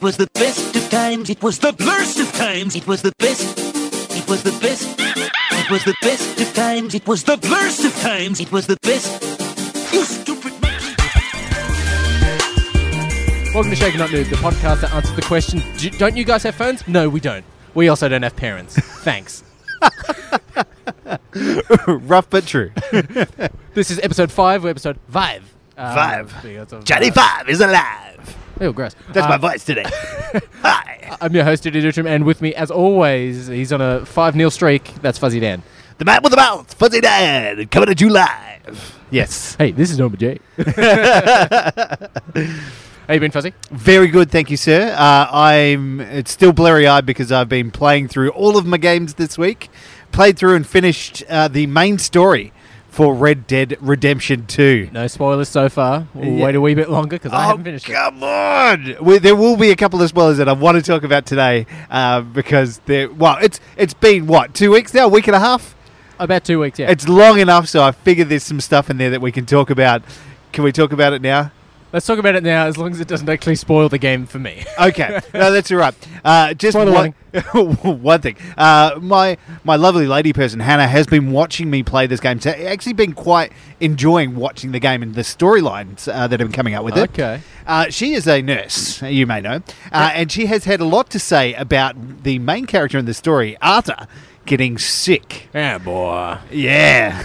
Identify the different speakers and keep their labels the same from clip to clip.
Speaker 1: was the best of times. It was the blurst of times. It was the best. It was the best. It was the best of times. It was the blurst of times. It was the best. You stupid monkey.
Speaker 2: Welcome to Shaken Not Noob, the podcast that answers the question Do, Don't you guys have phones? No, we don't. We also don't have parents. Thanks.
Speaker 3: Rough but true.
Speaker 2: This is episode five. We're episode five. Um,
Speaker 3: Five.
Speaker 2: because of-
Speaker 3: Johnny Five is alive.
Speaker 2: Oh, gross.
Speaker 3: That's
Speaker 2: Uh,
Speaker 3: my voice today. Hi.
Speaker 2: I'm your host, Diddy Dutram, and with me, as always, he's on a 5 0 streak. That's Fuzzy Dan.
Speaker 3: The man with the mouth, Fuzzy Dan, coming at you live. Yes.
Speaker 2: Hey, this is Norma J. How you been, Fuzzy?
Speaker 3: Very good, thank you, sir. Uh, I'm it's still blurry eyed because I've been playing through all of my games this week. Played through and finished uh, the main story for Red Dead Redemption 2.
Speaker 2: No spoilers so far. We'll
Speaker 3: Yeah.
Speaker 2: wait a wee bit longer because I
Speaker 3: Oh,
Speaker 2: haven't finished it.
Speaker 3: come on! We, there will be a couple of spoilers that I want to talk about today uh, because there. Well, it's it's been what two weeks now, a week and a half.
Speaker 2: About two weeks, yeah.
Speaker 3: It's long enough, so I figure there's some stuff in there that we can talk about. Can we talk about it now?
Speaker 2: Let's talk about it now as long as it doesn't actually spoil the game for me.
Speaker 3: Okay, no, that's all right. Uh, just
Speaker 2: Spoiler
Speaker 3: one, one thing. Uh, my my lovely lady person Hannah has been watching me play this game. So actually, been quite enjoying watching the game and the storylines uh, that have been coming up with it.
Speaker 2: Okay.
Speaker 3: Uh, she is a nurse, you may know, uh, and she has had a lot to say about the main character in the story, Arthur, getting sick.
Speaker 2: Yeah, boy.
Speaker 3: Yeah.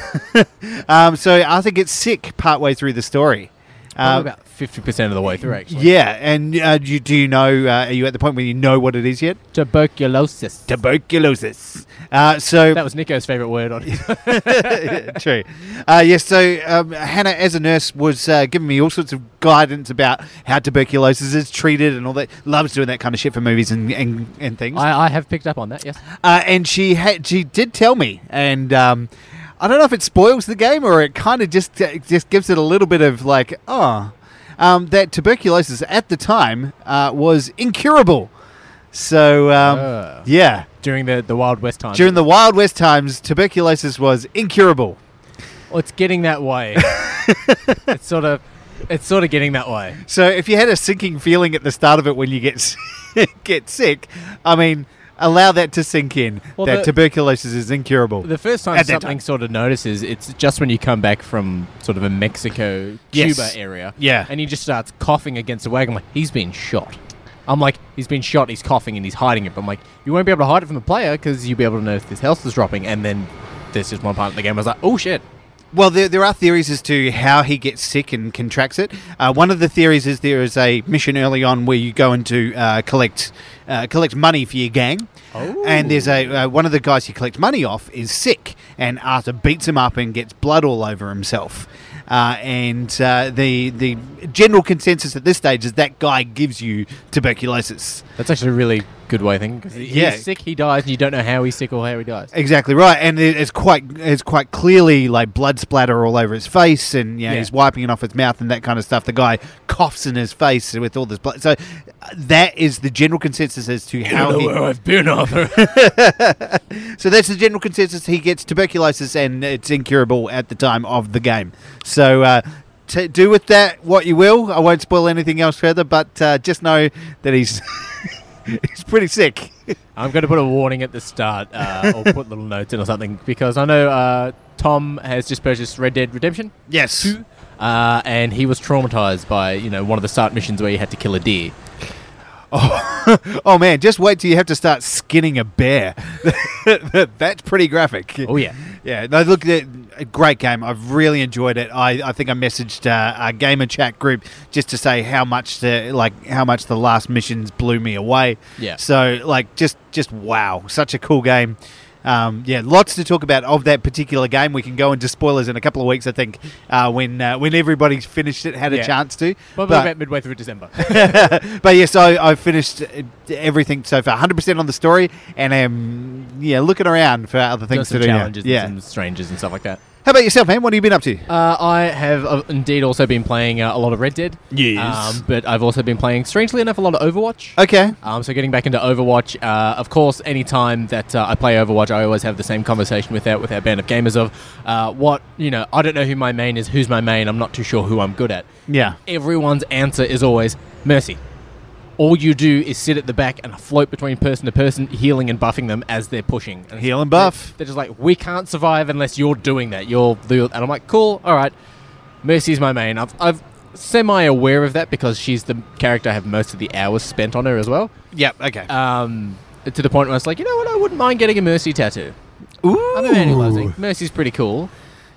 Speaker 3: um, so Arthur gets sick partway through the story.
Speaker 2: I'm
Speaker 3: Um,
Speaker 2: about fifty percent of the way through, actually.
Speaker 3: yeah, and uh, do, you, do you know? Uh, are you at the point where you know what it is yet?
Speaker 2: Tuberculosis.
Speaker 3: Tuberculosis. Uh, so
Speaker 2: that was Nico's favorite word on his
Speaker 3: True. Uh, yes, so um, Hannah, as a nurse, was uh, giving me all sorts of guidance about how tuberculosis is treated and all that. Loves doing that kind of shit for movies and, and, and things.
Speaker 2: I, I have picked up on that. Yes.
Speaker 3: Uh, and she had, she did tell me, and um, I don't know if it spoils the game or it kind of just uh, it just gives it a little bit of like, oh, um, that tuberculosis at the time uh, was incurable. So um,
Speaker 2: Ah.
Speaker 3: yeah,
Speaker 2: During the, the Wild West time.
Speaker 3: during the Wild West times, tuberculosis was incurable.
Speaker 2: Well, Oh, it's getting that way. it's sort of it's sort of getting that way.
Speaker 3: So if you had a sinking feeling at the start of it when you get s- get sick, I mean, allow that to sink in.
Speaker 2: Well,
Speaker 3: that
Speaker 2: the-
Speaker 3: tuberculosis is incurable.
Speaker 2: The first time
Speaker 3: At that
Speaker 2: something
Speaker 3: time.
Speaker 2: sort of notices, it's just when you come back from sort of a Mexico
Speaker 3: Yes.
Speaker 2: Cuba area.
Speaker 3: Yeah.
Speaker 2: And he just starts coughing against the wagon. I'm like, he's been shot. I'm like, he's been shot, he's coughing, and he's hiding it. But I'm like, you won't be able to hide it from the player because you'll be able to know if his health is dropping. And then there's just one part of the game where I was like, oh shit.
Speaker 3: Well, there, there are theories as to how he gets sick and contracts it. Uh, one of the theories is there is a mission early on where you go into uh, collect uh, collect money for your gang,
Speaker 2: Oh.
Speaker 3: and there's a uh, one of the guys you collect money off is sick, and Arthur beats him up and gets blood all over himself. Uh, and uh, the the general consensus at this stage is that guy gives you tuberculosis.
Speaker 2: That's actually a really good way of thinking. 'cause he's
Speaker 3: Yeah.
Speaker 2: sick, he dies, and you don't know how he's sick or how he dies.
Speaker 3: Exactly right, and it- it's quite it's quite clearly like blood splatter all over his face, and yeah,
Speaker 2: Yeah.
Speaker 3: he's wiping it off his mouth and that kind of stuff. The guy coughs in his face with all this blood. So uh, that is the general consensus as to how. He,
Speaker 2: I've been, Arthur.
Speaker 3: so that's the general consensus. He gets tuberculosis, and it's incurable at the time of the game. So. Uh, t- do with that what you will. I won't spoil anything else further, but uh, just know that he's he's pretty sick.
Speaker 2: I'm going to put a warning at the start, uh, or put little notes in or something, because I know uh, Tom has just purchased Red Dead Redemption,
Speaker 3: Yes.
Speaker 2: uh, and he was traumatized by you know one of the start missions where you had to kill a deer.
Speaker 3: Oh man, just wait till you have to start skinning a bear. That's pretty graphic.
Speaker 2: Oh yeah,
Speaker 3: Yeah, no, look, the- a great game. I've really enjoyed it. I, I think I messaged uh, our gamer chat group just to say how much the like how much the last missions blew me away.
Speaker 2: Yeah.
Speaker 3: So like just just wow, such a cool game. Um, yeah, lots to talk about of that particular game. We can go into spoilers in a couple of weeks, I think, uh, when uh, when everybody's finished it, had
Speaker 2: Yeah.
Speaker 3: a chance to.
Speaker 2: probably about midway through December.
Speaker 3: but yes, I, I finished uh, everything so far, 100% on the story, and am yeah looking around for other
Speaker 2: Done
Speaker 3: things
Speaker 2: some
Speaker 3: to do. now.
Speaker 2: challenges, and
Speaker 3: Yeah.
Speaker 2: some strangers and stuff like that.
Speaker 3: How about yourself, man? What have you been up to?
Speaker 2: Uh, I have uh, indeed also been playing uh, a lot of Red Dead.
Speaker 3: Yes.
Speaker 2: Um, but I've also been playing, strangely enough, a lot of Overwatch.
Speaker 3: Okay.
Speaker 2: Um, so getting back into Overwatch, uh, of course, any time that uh, I play Overwatch, I always have the same conversation with our, with our band of gamers of uh, what, you know, I don't know who my main is, who's my main, I'm not too sure who I'm good at.
Speaker 3: Yeah.
Speaker 2: Everyone's answer is always Mercy. all you do is sit at the back and float between person to person, healing and buffing them as they're pushing. And
Speaker 3: Heal and buff.
Speaker 2: They're just like, we can't survive unless you're doing that. You're the, and I'm like, cool, all right. Mercy's my main. I've, I've semi aware of that because she's the character I have most of the hours spent on her as well.
Speaker 3: Yep. Okay.
Speaker 2: Um, to the point where I was like, you know what, I wouldn't mind getting a Mercy tattoo.
Speaker 3: Ooh.
Speaker 2: I'm analyzing. Mercy's pretty cool.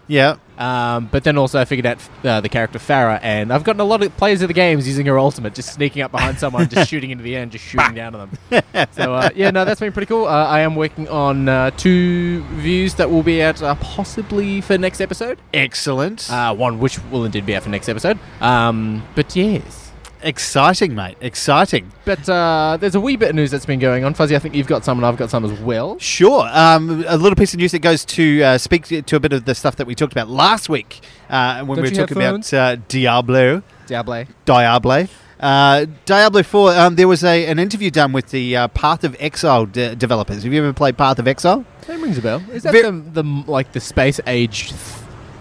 Speaker 3: Yeah.
Speaker 2: Um, but then also I figured out uh, the character Farah, and I've gotten a lot of players of the games using her ultimate, just sneaking up behind someone, just shooting into the air, and just shooting down on them. So uh, yeah, no, that's been pretty cool. Uh, I am working on uh, two views that will be out uh, possibly for next episode.
Speaker 3: Excellent.
Speaker 2: Uh, one which will indeed be out for next episode. Um, but yes.
Speaker 3: Exciting, mate. Exciting.
Speaker 2: But uh, there's a wee bit of news that's been going on. Fuzzy, I think you've got some and I've got some as well.
Speaker 3: Sure. Um, a little piece of news that goes to uh, speak to, to a bit of the stuff that we talked about last week uh, when
Speaker 2: Don't
Speaker 3: we were
Speaker 2: you have
Speaker 3: talking about uh, Diablo.
Speaker 2: Diablo.
Speaker 3: Diablo. Uh, Diablo 4, um, there was a, an interview done with the uh, Path of Exile de- developers. Have you ever played Path of Exile?
Speaker 2: That rings a bell. Is that
Speaker 3: Ve-
Speaker 2: the, the like the space age, th-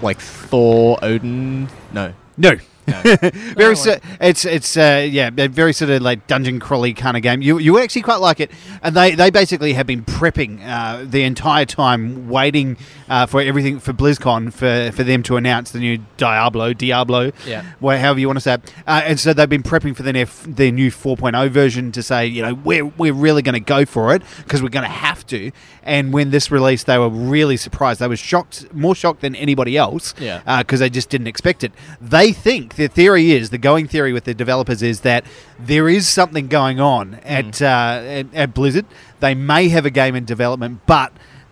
Speaker 2: like Thor, Odin? No.
Speaker 3: No. very
Speaker 2: Oh,
Speaker 3: so, it's it's uh, yeah a very sort of like dungeon crawly kind of game. You you actually quite like it, and they, they basically have been prepping uh, the entire time, waiting uh, for everything for BlizzCon for, for them to announce the new Diablo Diablo,
Speaker 2: Yeah.
Speaker 3: wha- however you want to say it. Uh, and so they've been prepping for the their, their new 4.0 version to say you know we're we're really going to go for it because we're going to have to. And when this released, they were really surprised. They were shocked, more shocked than anybody else uh,
Speaker 2: Yeah.
Speaker 3: because they just didn't expect it. They think their theory is the going theory with the developers is that there is something going on at
Speaker 2: Mm.
Speaker 3: uh, at, at Blizzard. They may have a game in development, but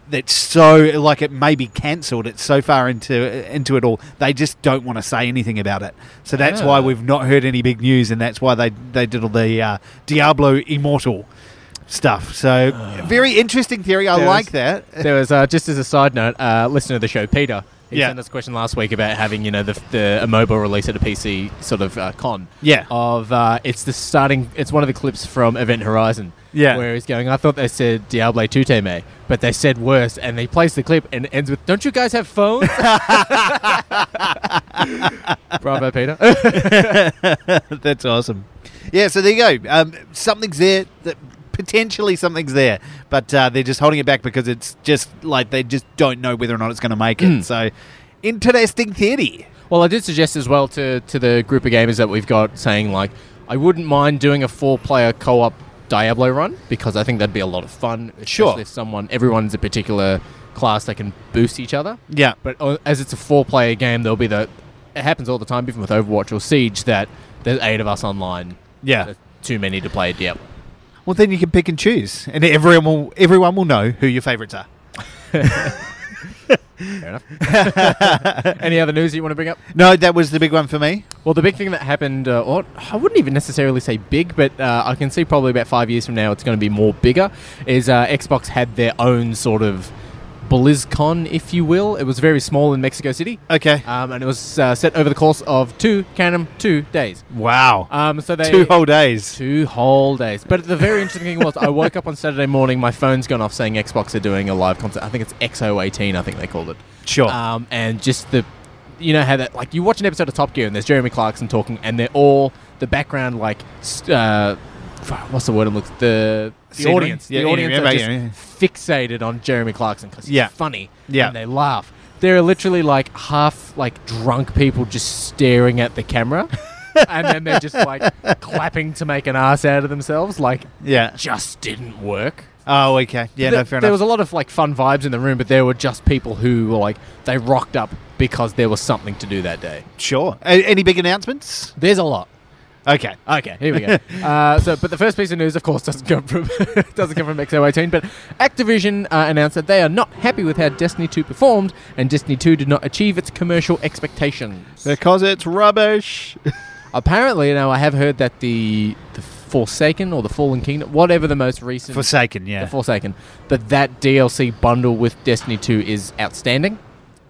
Speaker 3: that's so like it may be cancelled. It's so far into uh, into it all. They just don't want to say anything about it. So that's why
Speaker 2: Ah.
Speaker 3: we've not heard any big news, and that's why they they did all the uh, Diablo Immortal stuff. So very interesting theory. I
Speaker 2: Ah. There
Speaker 3: like
Speaker 2: is-
Speaker 3: that.
Speaker 2: there was uh, just as a side note, uh, listener of the show Peter. He
Speaker 3: Yeah.
Speaker 2: sent us a question last week about having you know the the a mobile release at a PC sort of uh, con.
Speaker 3: Yeah.
Speaker 2: Of uh, it's the starting. It's one of the clips from Event Horizon.
Speaker 3: Yeah.
Speaker 2: Where he's going. I thought they said Diablo 2 Teme, but they said worse, and they plays the clip and it ends with "Don't you guys have phones?" Bravo, Peter.
Speaker 3: That's awesome. Yeah, so there you go. Um, something's there. That potentially something's there, but uh, they're just holding it back because it's just like they just don't know whether or not it's going to make it. So, interesting theory.
Speaker 2: Well, I did suggest as well to, to the group of gamers that we've got saying, like, I wouldn't mind doing a four player co op Diablo run because I think that'd be a lot of fun. especially
Speaker 3: Sure.
Speaker 2: If someone, everyone's a particular class that can boost each other.
Speaker 3: Yeah,
Speaker 2: But uh, as it's a four player game, there'll be the. It happens all the time, even with Overwatch or Siege, that there's eight of us online.
Speaker 3: Yeah.
Speaker 2: There's too many to play Diablo.
Speaker 3: well then you can pick and choose, and everyone will everyone will know who your favourites are.
Speaker 2: Fair enough. Any other news you want to bring up?
Speaker 3: No, that was the big one for me.
Speaker 2: Well, the big thing that happened, uh, or I wouldn't even necessarily say big, but uh, I can see probably about five years from now it's going to be more bigger, is uh, Xbox had their own sort of BlizzCon, if you will. It was very small in Mexico City,
Speaker 3: Okay.
Speaker 2: um, and it was uh, set over the course of two, count 'em, two days.
Speaker 3: wow.
Speaker 2: Um, so they
Speaker 3: Uh, Two whole days.
Speaker 2: Two whole days. But the very interesting thing was, I woke up on Saturday morning, my phone's gone off saying Xbox are doing a live concert. I think it's XO18, I think they called it.
Speaker 3: Sure.
Speaker 2: Um, and just the, you know, how that, like, you watch an episode of Top Gear and there's Jeremy Clarkson talking, and they're all, the background, like, st- uh, f- what's the word I'm looking the, the
Speaker 3: Scenery?
Speaker 2: audience.
Speaker 3: Yeah,
Speaker 2: the
Speaker 3: yeah,
Speaker 2: audience
Speaker 3: yeah,
Speaker 2: are
Speaker 3: yeah,
Speaker 2: just
Speaker 3: yeah.
Speaker 2: fixated on Jeremy Clarkson because he's
Speaker 3: Yeah.
Speaker 2: funny.
Speaker 3: Yeah.
Speaker 2: And they laugh. There are literally like half like drunk people just staring at the camera. and then they're just like clapping to make an ass out of themselves. Like,
Speaker 3: yeah.
Speaker 2: just didn't work.
Speaker 3: Oh, okay. Yeah,
Speaker 2: There-
Speaker 3: no, fair
Speaker 2: There
Speaker 3: enough.
Speaker 2: was a lot of like fun vibes in the room, but there were just people who were like they rocked up because there was something to do that day.
Speaker 3: sure. A- any big announcements?
Speaker 2: There's a lot.
Speaker 3: Okay.
Speaker 2: Okay, here we go. uh, so, but the first piece of news, of course, doesn't come from doesn't come from XO18. But Activision uh, announced that they are not happy with how Destiny 2 performed, and Destiny 2 did not achieve its commercial expectations.
Speaker 3: Because it's rubbish.
Speaker 2: Apparently, now I have heard that the the Forsaken or the Fallen Kingdom, whatever the most recent
Speaker 3: Forsaken.
Speaker 2: the
Speaker 3: Yeah.
Speaker 2: Forsaken, that that DLC bundle with Destiny 2 is outstanding.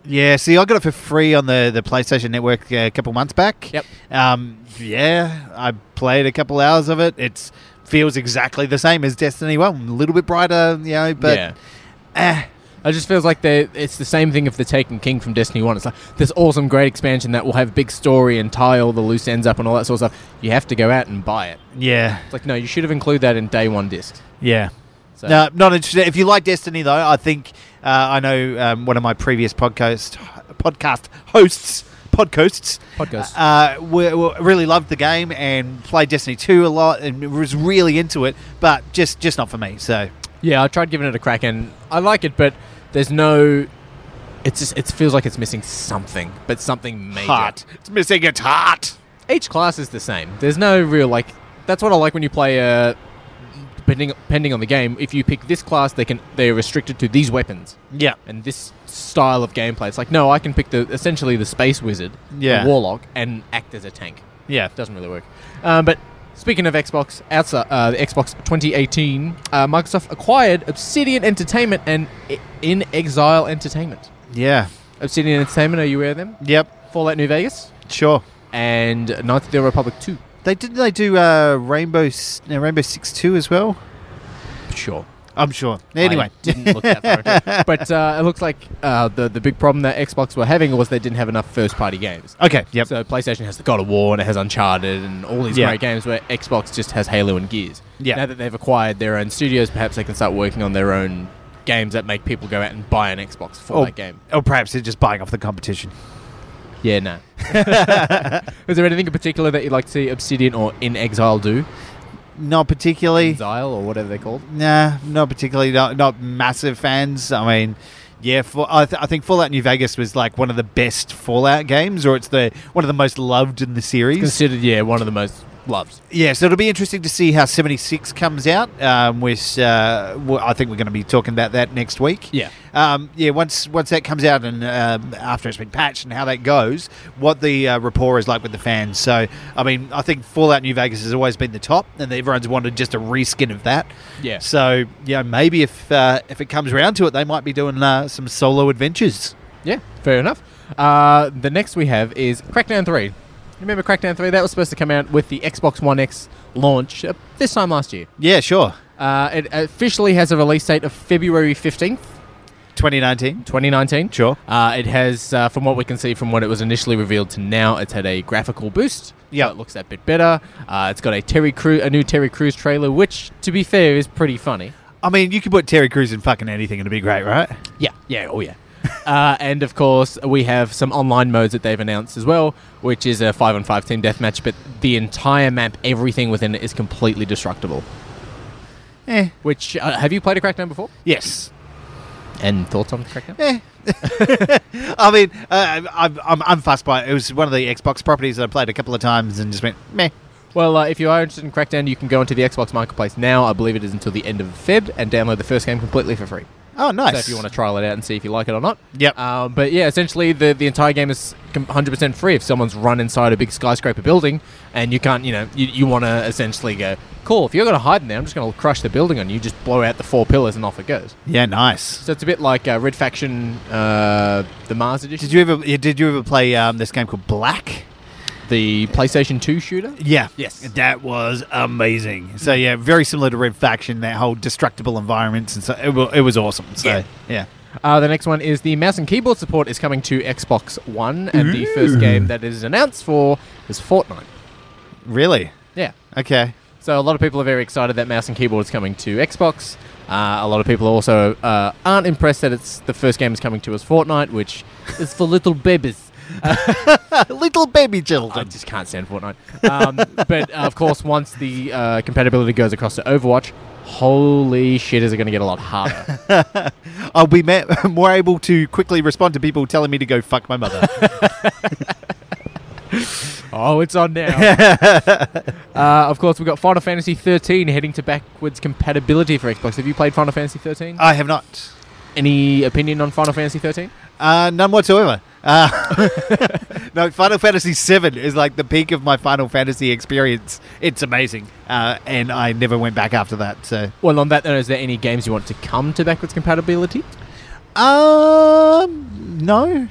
Speaker 3: Yeah, see, I got it for free on the, the PlayStation Network uh, a couple months back.
Speaker 2: Yep.
Speaker 3: Um, yeah, I played a couple hours of it. It feels exactly the same as Destiny 1. A little bit brighter, you know, but
Speaker 2: yeah.
Speaker 3: eh,
Speaker 2: It just feels like they it's the same thing if they're taking King from Destiny 1. It's like this awesome, great expansion that will have big story and tie all the loose ends up and all that sort of stuff. You have to go out and buy it.
Speaker 3: Yeah,
Speaker 2: It's like, no, you should have included that in day one discs.
Speaker 3: yeah.
Speaker 2: So,
Speaker 3: No, not interested. If you like Destiny, though, I think uh, I know um, one of my previous podcast podcast hosts, podcasts,
Speaker 2: Podcasts.
Speaker 3: uh, were, were- really loved the game and played Destiny two a lot and was really into it, but just just not for me. So
Speaker 2: Yeah, I tried giving it a crack and I like it, but there's no. It's just, it feels like it's missing something, but something major.
Speaker 3: heart, it's missing its heart.
Speaker 2: Each class is the same. There's no real like. That's what I like when you play. Uh, depending depending on the game, if you pick this class, they can they're restricted to these weapons
Speaker 3: Yeah,
Speaker 2: and this style of gameplay. It's like no, I can pick the essentially the space wizard,
Speaker 3: Yeah.
Speaker 2: the warlock, and act as a tank.
Speaker 3: yeah.
Speaker 2: Doesn't really work. Um, but speaking of Xbox, outside uh, the Xbox 2018, uh, Microsoft acquired Obsidian Entertainment and I- In Exile Entertainment.
Speaker 3: Yeah.
Speaker 2: Obsidian Entertainment, are you aware of them?
Speaker 3: Yep.
Speaker 2: Fallout New Vegas
Speaker 3: Sure.
Speaker 2: and Knights of the Old Republic 2.
Speaker 3: They didn't they do uh, Rainbow S- uh, Rainbow Six Two as well?
Speaker 2: Sure.
Speaker 3: I'm sure. Anyway,
Speaker 2: I didn't look that far into it. But uh, it looks like uh, the the big problem that Xbox were having was they didn't have enough first party games.
Speaker 3: okay. Yep.
Speaker 2: So PlayStation has the God of War and it has Uncharted and all these
Speaker 3: Yeah.
Speaker 2: great games where Xbox just has Halo and Gears.
Speaker 3: Yeah.
Speaker 2: Now that they've acquired their own studios, perhaps they can start working on their own games that make people go out and buy an Xbox for
Speaker 3: or,
Speaker 2: that game.
Speaker 3: or Oh, perhaps they're just buying off the competition.
Speaker 2: Yeah, no. Is there anything in particular that you'd like to see Obsidian or In Exile do?
Speaker 3: Not particularly.
Speaker 2: Exile or whatever they're called.
Speaker 3: Nah, not particularly. Not, not massive fans. I mean, yeah, for, I, th- I think Fallout New Vegas was like one of the best Fallout games, or it's the one of the most loved in the series.
Speaker 2: Considered, yeah, one of the most loved.
Speaker 3: Yeah, so it'll be interesting to see how seventy six comes out. Um, which uh, w- I think we're going to be talking about that next week.
Speaker 2: Yeah.
Speaker 3: Um, yeah, once once that comes out and um, after it's been patched and how that goes, what the uh, rapport is like with the fans. So, I mean, I think Fallout New Vegas has always been the top, and everyone's wanted just a reskin of that.
Speaker 2: Yeah.
Speaker 3: So, yeah, maybe if uh, if it comes around to it, they might be doing uh, some solo adventures.
Speaker 2: Yeah, fair enough. Uh, the next we have is Crackdown 3. Remember Crackdown 3? That was supposed to come out with the Xbox One X launch uh, this time last year.
Speaker 3: Yeah, sure.
Speaker 2: Uh, it officially has a release date of February 15th,
Speaker 3: 2019.
Speaker 2: 2019.
Speaker 3: Sure.
Speaker 2: Uh, it has, uh, from what we can see from when it was initially revealed to now, it's had a graphical boost.
Speaker 3: Yeah.
Speaker 2: So it looks that bit better. Uh, it's got a Terry Crew, a new Terry Crews trailer, which, to be fair, is pretty funny.
Speaker 3: I mean, you could put Terry Crews in fucking anything, and it'd be great, right?
Speaker 2: Yeah, yeah, oh yeah. uh, and of course, we have some online modes that they've announced as well, which is a five on five team deathmatch. But the entire map, everything within it, is completely destructible.
Speaker 3: Eh.
Speaker 2: Which uh, have you played a Crackdown before?
Speaker 3: Yes.
Speaker 2: And thoughts on Crackdown?
Speaker 3: Eh. I mean, uh, I'm, I'm, I'm fussed by it. It was one of the Xbox properties that I played a couple of times and just went, meh.
Speaker 2: Well, uh, if you are interested in Crackdown, you can go into the Xbox Marketplace now. I believe it is until the end of Feb, and download the first game completely for free.
Speaker 3: Oh, nice.
Speaker 2: So if you want to trial it out and see if you like it or not.
Speaker 3: Yep.
Speaker 2: Um, but yeah, essentially the, the entire game is com- 100% free. If someone's run inside a big skyscraper building and you can't, you know, you, you want to essentially go, cool, if you're going to hide in there, I'm just going to crush the building on you, just blow out the four pillars and off it goes.
Speaker 3: Yeah, nice.
Speaker 2: So it's a bit like uh, Red Faction, uh, the Mars edition,
Speaker 3: Did you ever yeah, did you ever play um, this game called Black?
Speaker 2: the PlayStation 2 shooter.
Speaker 3: Yeah.
Speaker 2: Yes.
Speaker 3: That was amazing. So yeah, very similar to Red Faction, that whole destructible environments, and so it, wa- it was awesome. So yeah.
Speaker 2: Uh, the next one is the mouse and keyboard support is coming to Xbox One, and the first game that is announced for is Fortnite.
Speaker 3: Really?
Speaker 2: Yeah.
Speaker 3: Okay.
Speaker 2: So a lot of people are very excited that mouse and keyboard is coming to Xbox. Uh, a lot of people also uh, aren't impressed that it's the first game is coming to us Fortnite, which is for little babies.
Speaker 3: Little baby
Speaker 2: I
Speaker 3: children.
Speaker 2: just can't stand Fortnite. Um, but uh, of course, once the uh, compatibility goes across to Overwatch, holy shit, is it going to get a lot harder?
Speaker 3: I'll be ma- more able to quickly respond to people telling me to go fuck my mother.
Speaker 2: oh, it's on now. uh, of course, we've got Final Fantasy 13 heading to backwards compatibility for Xbox. Have you played Final Fantasy 13?
Speaker 3: I have not.
Speaker 2: Any opinion on Final Fantasy 13?
Speaker 3: Uh, none whatsoever. Uh, no, Final Fantasy VII is like the peak of my Final Fantasy experience. It's amazing, uh, and I never went back after that. So
Speaker 2: Well, on that note, is there any games you want to come to backwards compatibility?
Speaker 3: Um, no.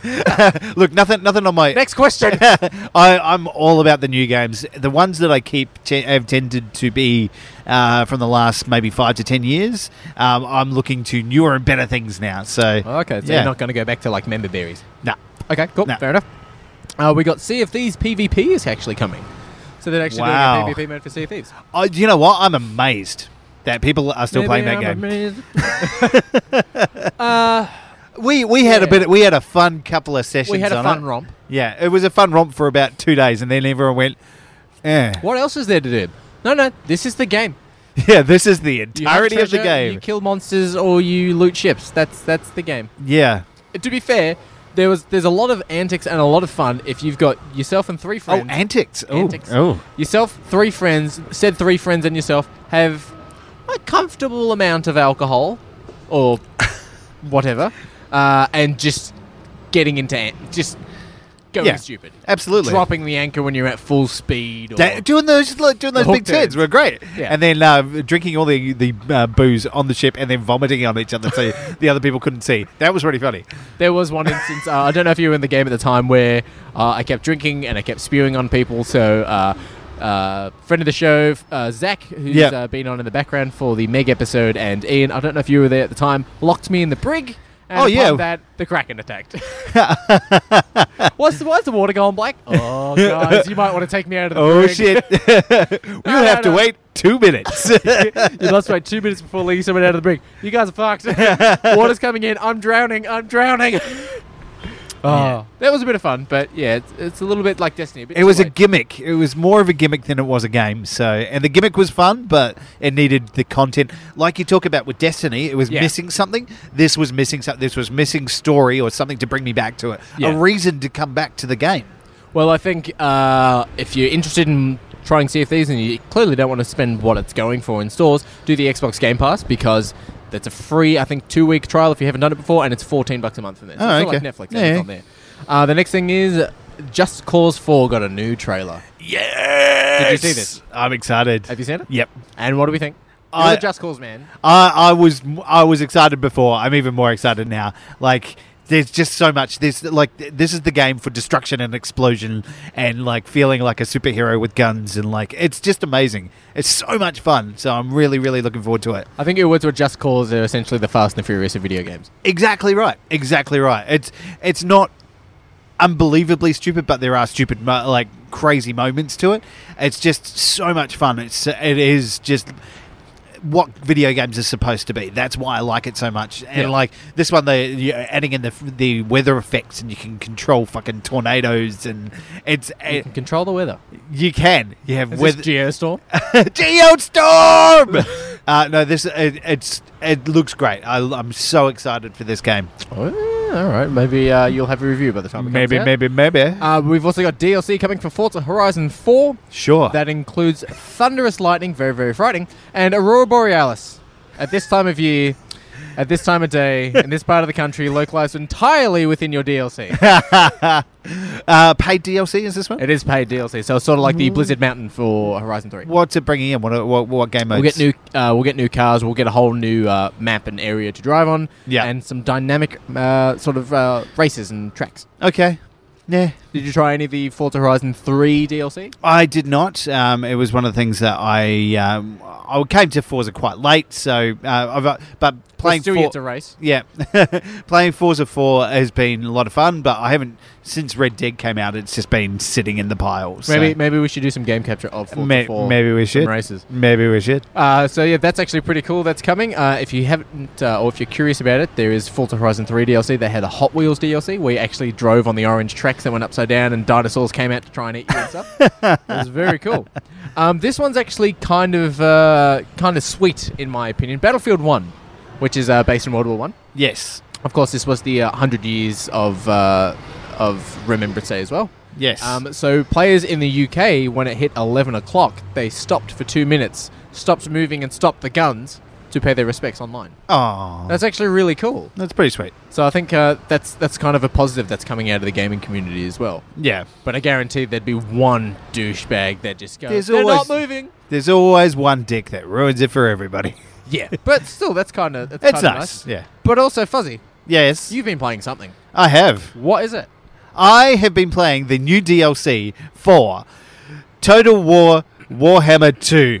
Speaker 3: Look, nothing, nothing on my.
Speaker 2: Next question.
Speaker 3: I, I'm all about the new games. The ones that I keep te- have tended to be uh, from the last maybe five to ten years. Um, I'm looking to newer and better things now. So
Speaker 2: Oh, okay, so
Speaker 3: Yeah.
Speaker 2: you're not going to go back to like member berries.
Speaker 3: nah.
Speaker 2: Okay, cool.
Speaker 3: No.
Speaker 2: Fair enough. Uh, we got Sea of Thieves PvP is actually coming. So they're actually
Speaker 3: Wow.
Speaker 2: doing a PvP mode for Sea of Thieves.
Speaker 3: I, you know what? I'm amazed that people are still playing
Speaker 2: uh,
Speaker 3: that game. We we had a
Speaker 2: Yeah.
Speaker 3: bit. We had a fun couple of sessions.
Speaker 2: we had a
Speaker 3: on
Speaker 2: fun
Speaker 3: it.
Speaker 2: romp.
Speaker 3: Yeah, it was a fun romp for about two days, and then everyone went, "Eh,
Speaker 2: What else is there to do? No, no, this is the game.
Speaker 3: yeah, this is the
Speaker 2: You have
Speaker 3: entirety of the
Speaker 2: treasure, You
Speaker 3: game."
Speaker 2: kill monsters or you loot ships. That's that's the game.
Speaker 3: Yeah.
Speaker 2: To be fair, there was there's a lot of antics and a lot of fun if you've got yourself and three
Speaker 3: Oh,
Speaker 2: friends.
Speaker 3: antics. Oh,
Speaker 2: Antics. Yourself, three friends, said three friends and yourself have a comfortable amount of alcohol or whatever, uh, and just getting into an- just going
Speaker 3: Yeah.
Speaker 2: stupid.
Speaker 3: absolutely.
Speaker 2: Dropping the anchor when you're at full speed. Or,
Speaker 3: Da- doing those like, doing those
Speaker 2: Hook
Speaker 3: big turns
Speaker 2: turns.
Speaker 3: were great,
Speaker 2: Yeah.
Speaker 3: and then uh, drinking all the the uh, booze on the ship, and then vomiting on each other so the other people couldn't see. That was really funny.
Speaker 2: There was one instance. Uh, I don't know if you were in the game at the time where uh, I kept drinking and I kept spewing on people. So, uh, uh, friend of the show, uh, Zach, who's
Speaker 3: Yeah.
Speaker 2: uh, been on in the background for the Meg episode, and Ian. I don't know if you were there at the time. Locked me in the brig. And
Speaker 3: Oh, yeah.
Speaker 2: upon That the Kraken attacked. why's, the, why's the water going black? Oh guys, you might want to take me out of the
Speaker 3: Oh
Speaker 2: brig.
Speaker 3: shit! We'll have to
Speaker 2: no.
Speaker 3: wait two minutes.
Speaker 2: you must wait two minutes before leading someone out of the brig. You guys are fucked. Water's coming in. I'm drowning. I'm drowning. Oh, that was a bit of fun, but yeah, it's, it's a little bit like Destiny. bit
Speaker 3: It was a
Speaker 2: too late.
Speaker 3: gimmick. It was more of a gimmick than it was a game. So, and the gimmick was fun, but it needed the content. Like you talk about with Destiny, it was
Speaker 2: Yeah.
Speaker 3: missing something. This was missing something. This was missing story or something to bring me back to it.
Speaker 2: Yeah.
Speaker 3: A reason to come back to the game.
Speaker 2: well, I think uh, if you're interested in trying Sea of Thieves and you clearly don't want to spend what it's going for in stores, do the Xbox Game Pass because that's a free, I think, two week trial if you haven't done it before, and it's fourteen bucks a month for this.
Speaker 3: Oh,
Speaker 2: it's
Speaker 3: okay.
Speaker 2: not like Netflix.
Speaker 3: Yeah,
Speaker 2: it's
Speaker 3: yeah.
Speaker 2: on there. Uh, the next thing is Just Cause Four got a new trailer.
Speaker 3: Yes.
Speaker 2: Did you see this?
Speaker 3: I'm excited.
Speaker 2: Have you seen it?
Speaker 3: Yep.
Speaker 2: And what do we think? You're
Speaker 3: I-
Speaker 2: a Just Cause man.
Speaker 3: I, I was I was excited before. I'm even more excited now. Like there's just so much. There's like th- this is the game for destruction and explosion and like feeling like a superhero with guns and like it's just amazing. It's so much fun. So I'm really really looking forward to it.
Speaker 2: I think your words were just cause are essentially the Fast and the Furious of video games.
Speaker 3: Exactly right. Exactly right. It's it's not unbelievably stupid, but there are stupid mo- like crazy moments to it. It's just so much fun. It's it is just what video games are supposed to be. That's why I like it so much. And
Speaker 2: Yeah.
Speaker 3: like this one, they you're adding in the the weather effects, and you can control fucking tornadoes, and it's
Speaker 2: You
Speaker 3: it,
Speaker 2: can control the weather.
Speaker 3: you can you have
Speaker 2: With
Speaker 3: weather.
Speaker 2: Geostorm.
Speaker 3: Geostorm. uh, no, this it, it's it looks great. I, I'm so excited for this game.
Speaker 2: oh, all right, maybe uh, you'll have a review by the time. It
Speaker 3: Maybe,
Speaker 2: comes out.
Speaker 3: maybe, maybe.
Speaker 2: Uh, we've also got DLC coming for Forza Horizon 4.
Speaker 3: Sure.
Speaker 2: That includes thunderous lightning, very very frightening, and aurora borealis. At this time of year, at this time of day, in this part of the country, localized entirely within your DLC.
Speaker 3: uh, paid DLC is this one?
Speaker 2: it is paid DLC, so it's sort of like the Blizzard Mountain for Horizon 3.
Speaker 3: What's it bringing in? What what, what game modes?
Speaker 2: We'll get new, uh, we'll get new cars. We'll get a whole new uh, map and area to drive on,
Speaker 3: Yeah.
Speaker 2: and some dynamic uh, sort of uh, races and tracks.
Speaker 3: Okay. Yeah,
Speaker 2: Did you try any of the Forza Horizon Three DLC?
Speaker 3: I did not. Um, it was one of the things that I um, I came to Forza quite late, so uh, I've, uh, but
Speaker 2: We're
Speaker 3: playing
Speaker 2: still
Speaker 3: For-
Speaker 2: yet to race.
Speaker 3: yeah, playing Forza Four has been a lot of fun, but I haven't since Red Dead came out. It's just been sitting in the piles.
Speaker 2: Maybe maybe we should do some game capture of Forza
Speaker 3: May-
Speaker 2: 4.
Speaker 3: maybe we
Speaker 2: some
Speaker 3: should.
Speaker 2: races.
Speaker 3: maybe we should.
Speaker 2: Uh, so yeah, that's actually pretty cool. That's coming. Uh, if you haven't, uh, or if you're curious about it, there is Forza Horizon 3 DLC. They had a Hot Wheels DLC where you actually drove on the orange tracks that went upside down, and dinosaurs came out to try and eat you and stuff. it was very cool. Um, this one's actually kind of uh, kind of sweet in my opinion. Battlefield One, which is uh, based on World War One.
Speaker 3: Yes.
Speaker 2: Of course, this was the uh, hundred years of uh, of Remembrance Day as well.
Speaker 3: Yes.
Speaker 2: Um, so players in the UK, when it hit 11 o'clock, they stopped for two minutes, stopped moving, and stopped the guns to pay their respects online.
Speaker 3: oh,
Speaker 2: That's
Speaker 3: that's,
Speaker 2: actually really cool.
Speaker 3: pretty sweet.
Speaker 2: So I think uh, that's that's kind of a positive that's coming out of the gaming community as well.
Speaker 3: Yeah.
Speaker 2: But I guarantee there'd be one douchebag that just goes,
Speaker 3: There's
Speaker 2: "They're not
Speaker 3: always-
Speaker 2: moving."
Speaker 3: There's always one dick that ruins it for everybody.
Speaker 2: Yeah, but still, that's kind of it's
Speaker 3: It's
Speaker 2: nice.
Speaker 3: nice, yeah.
Speaker 2: But also, Fuzzy,
Speaker 3: Yes,
Speaker 2: you've been playing something.
Speaker 3: I have.
Speaker 2: What is it?
Speaker 3: I have been playing the new DLC for Total War Warhammer 2,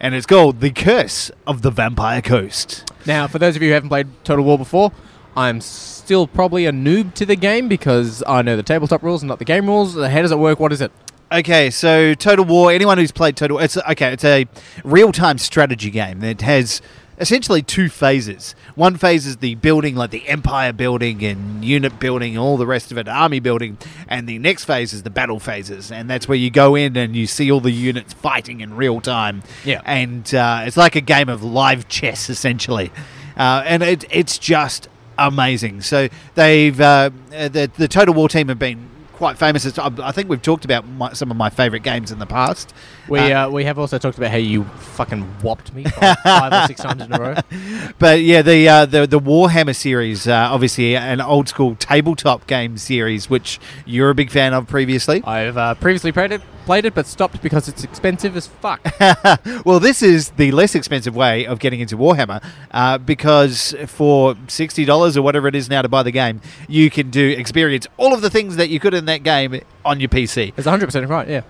Speaker 3: and it's called The Curse of the Vampire Coast.
Speaker 2: Now, for those of you who haven't played Total War before, I'm still probably a noob to the game because I know the tabletop rules and not the game rules. How does it work? What is it?
Speaker 3: Okay, so Total War. Anyone who's played Total, it's okay. It's a real-time strategy game that has essentially two phases. One phase is the building, like the empire building and unit building, and all the rest of it, army building, and the next phase is the battle phases, and that's where you go in and you see all the units fighting in real time.
Speaker 2: Yeah.
Speaker 3: and uh, it's like a game of live chess essentially, uh, and it, it's just amazing. So they've uh, the the Total War team have been quite famous. It's, I I think we've talked about my, some of my favorite games in the past.
Speaker 2: We uh, we have also talked about how you fucking whopped me five, five or six times in a row.
Speaker 3: But yeah, the uh, the the Warhammer series, uh, obviously an old school tabletop game series, which you're a big fan of previously.
Speaker 2: I've uh, previously played it, played it, but stopped because it's expensive as fuck.
Speaker 3: well, this is the less expensive way of getting into Warhammer uh, because for sixty dollars or whatever it is now to buy the game, you can do experience all of the things that you could in that game on your PC.
Speaker 2: It's 100 percent right. Yeah.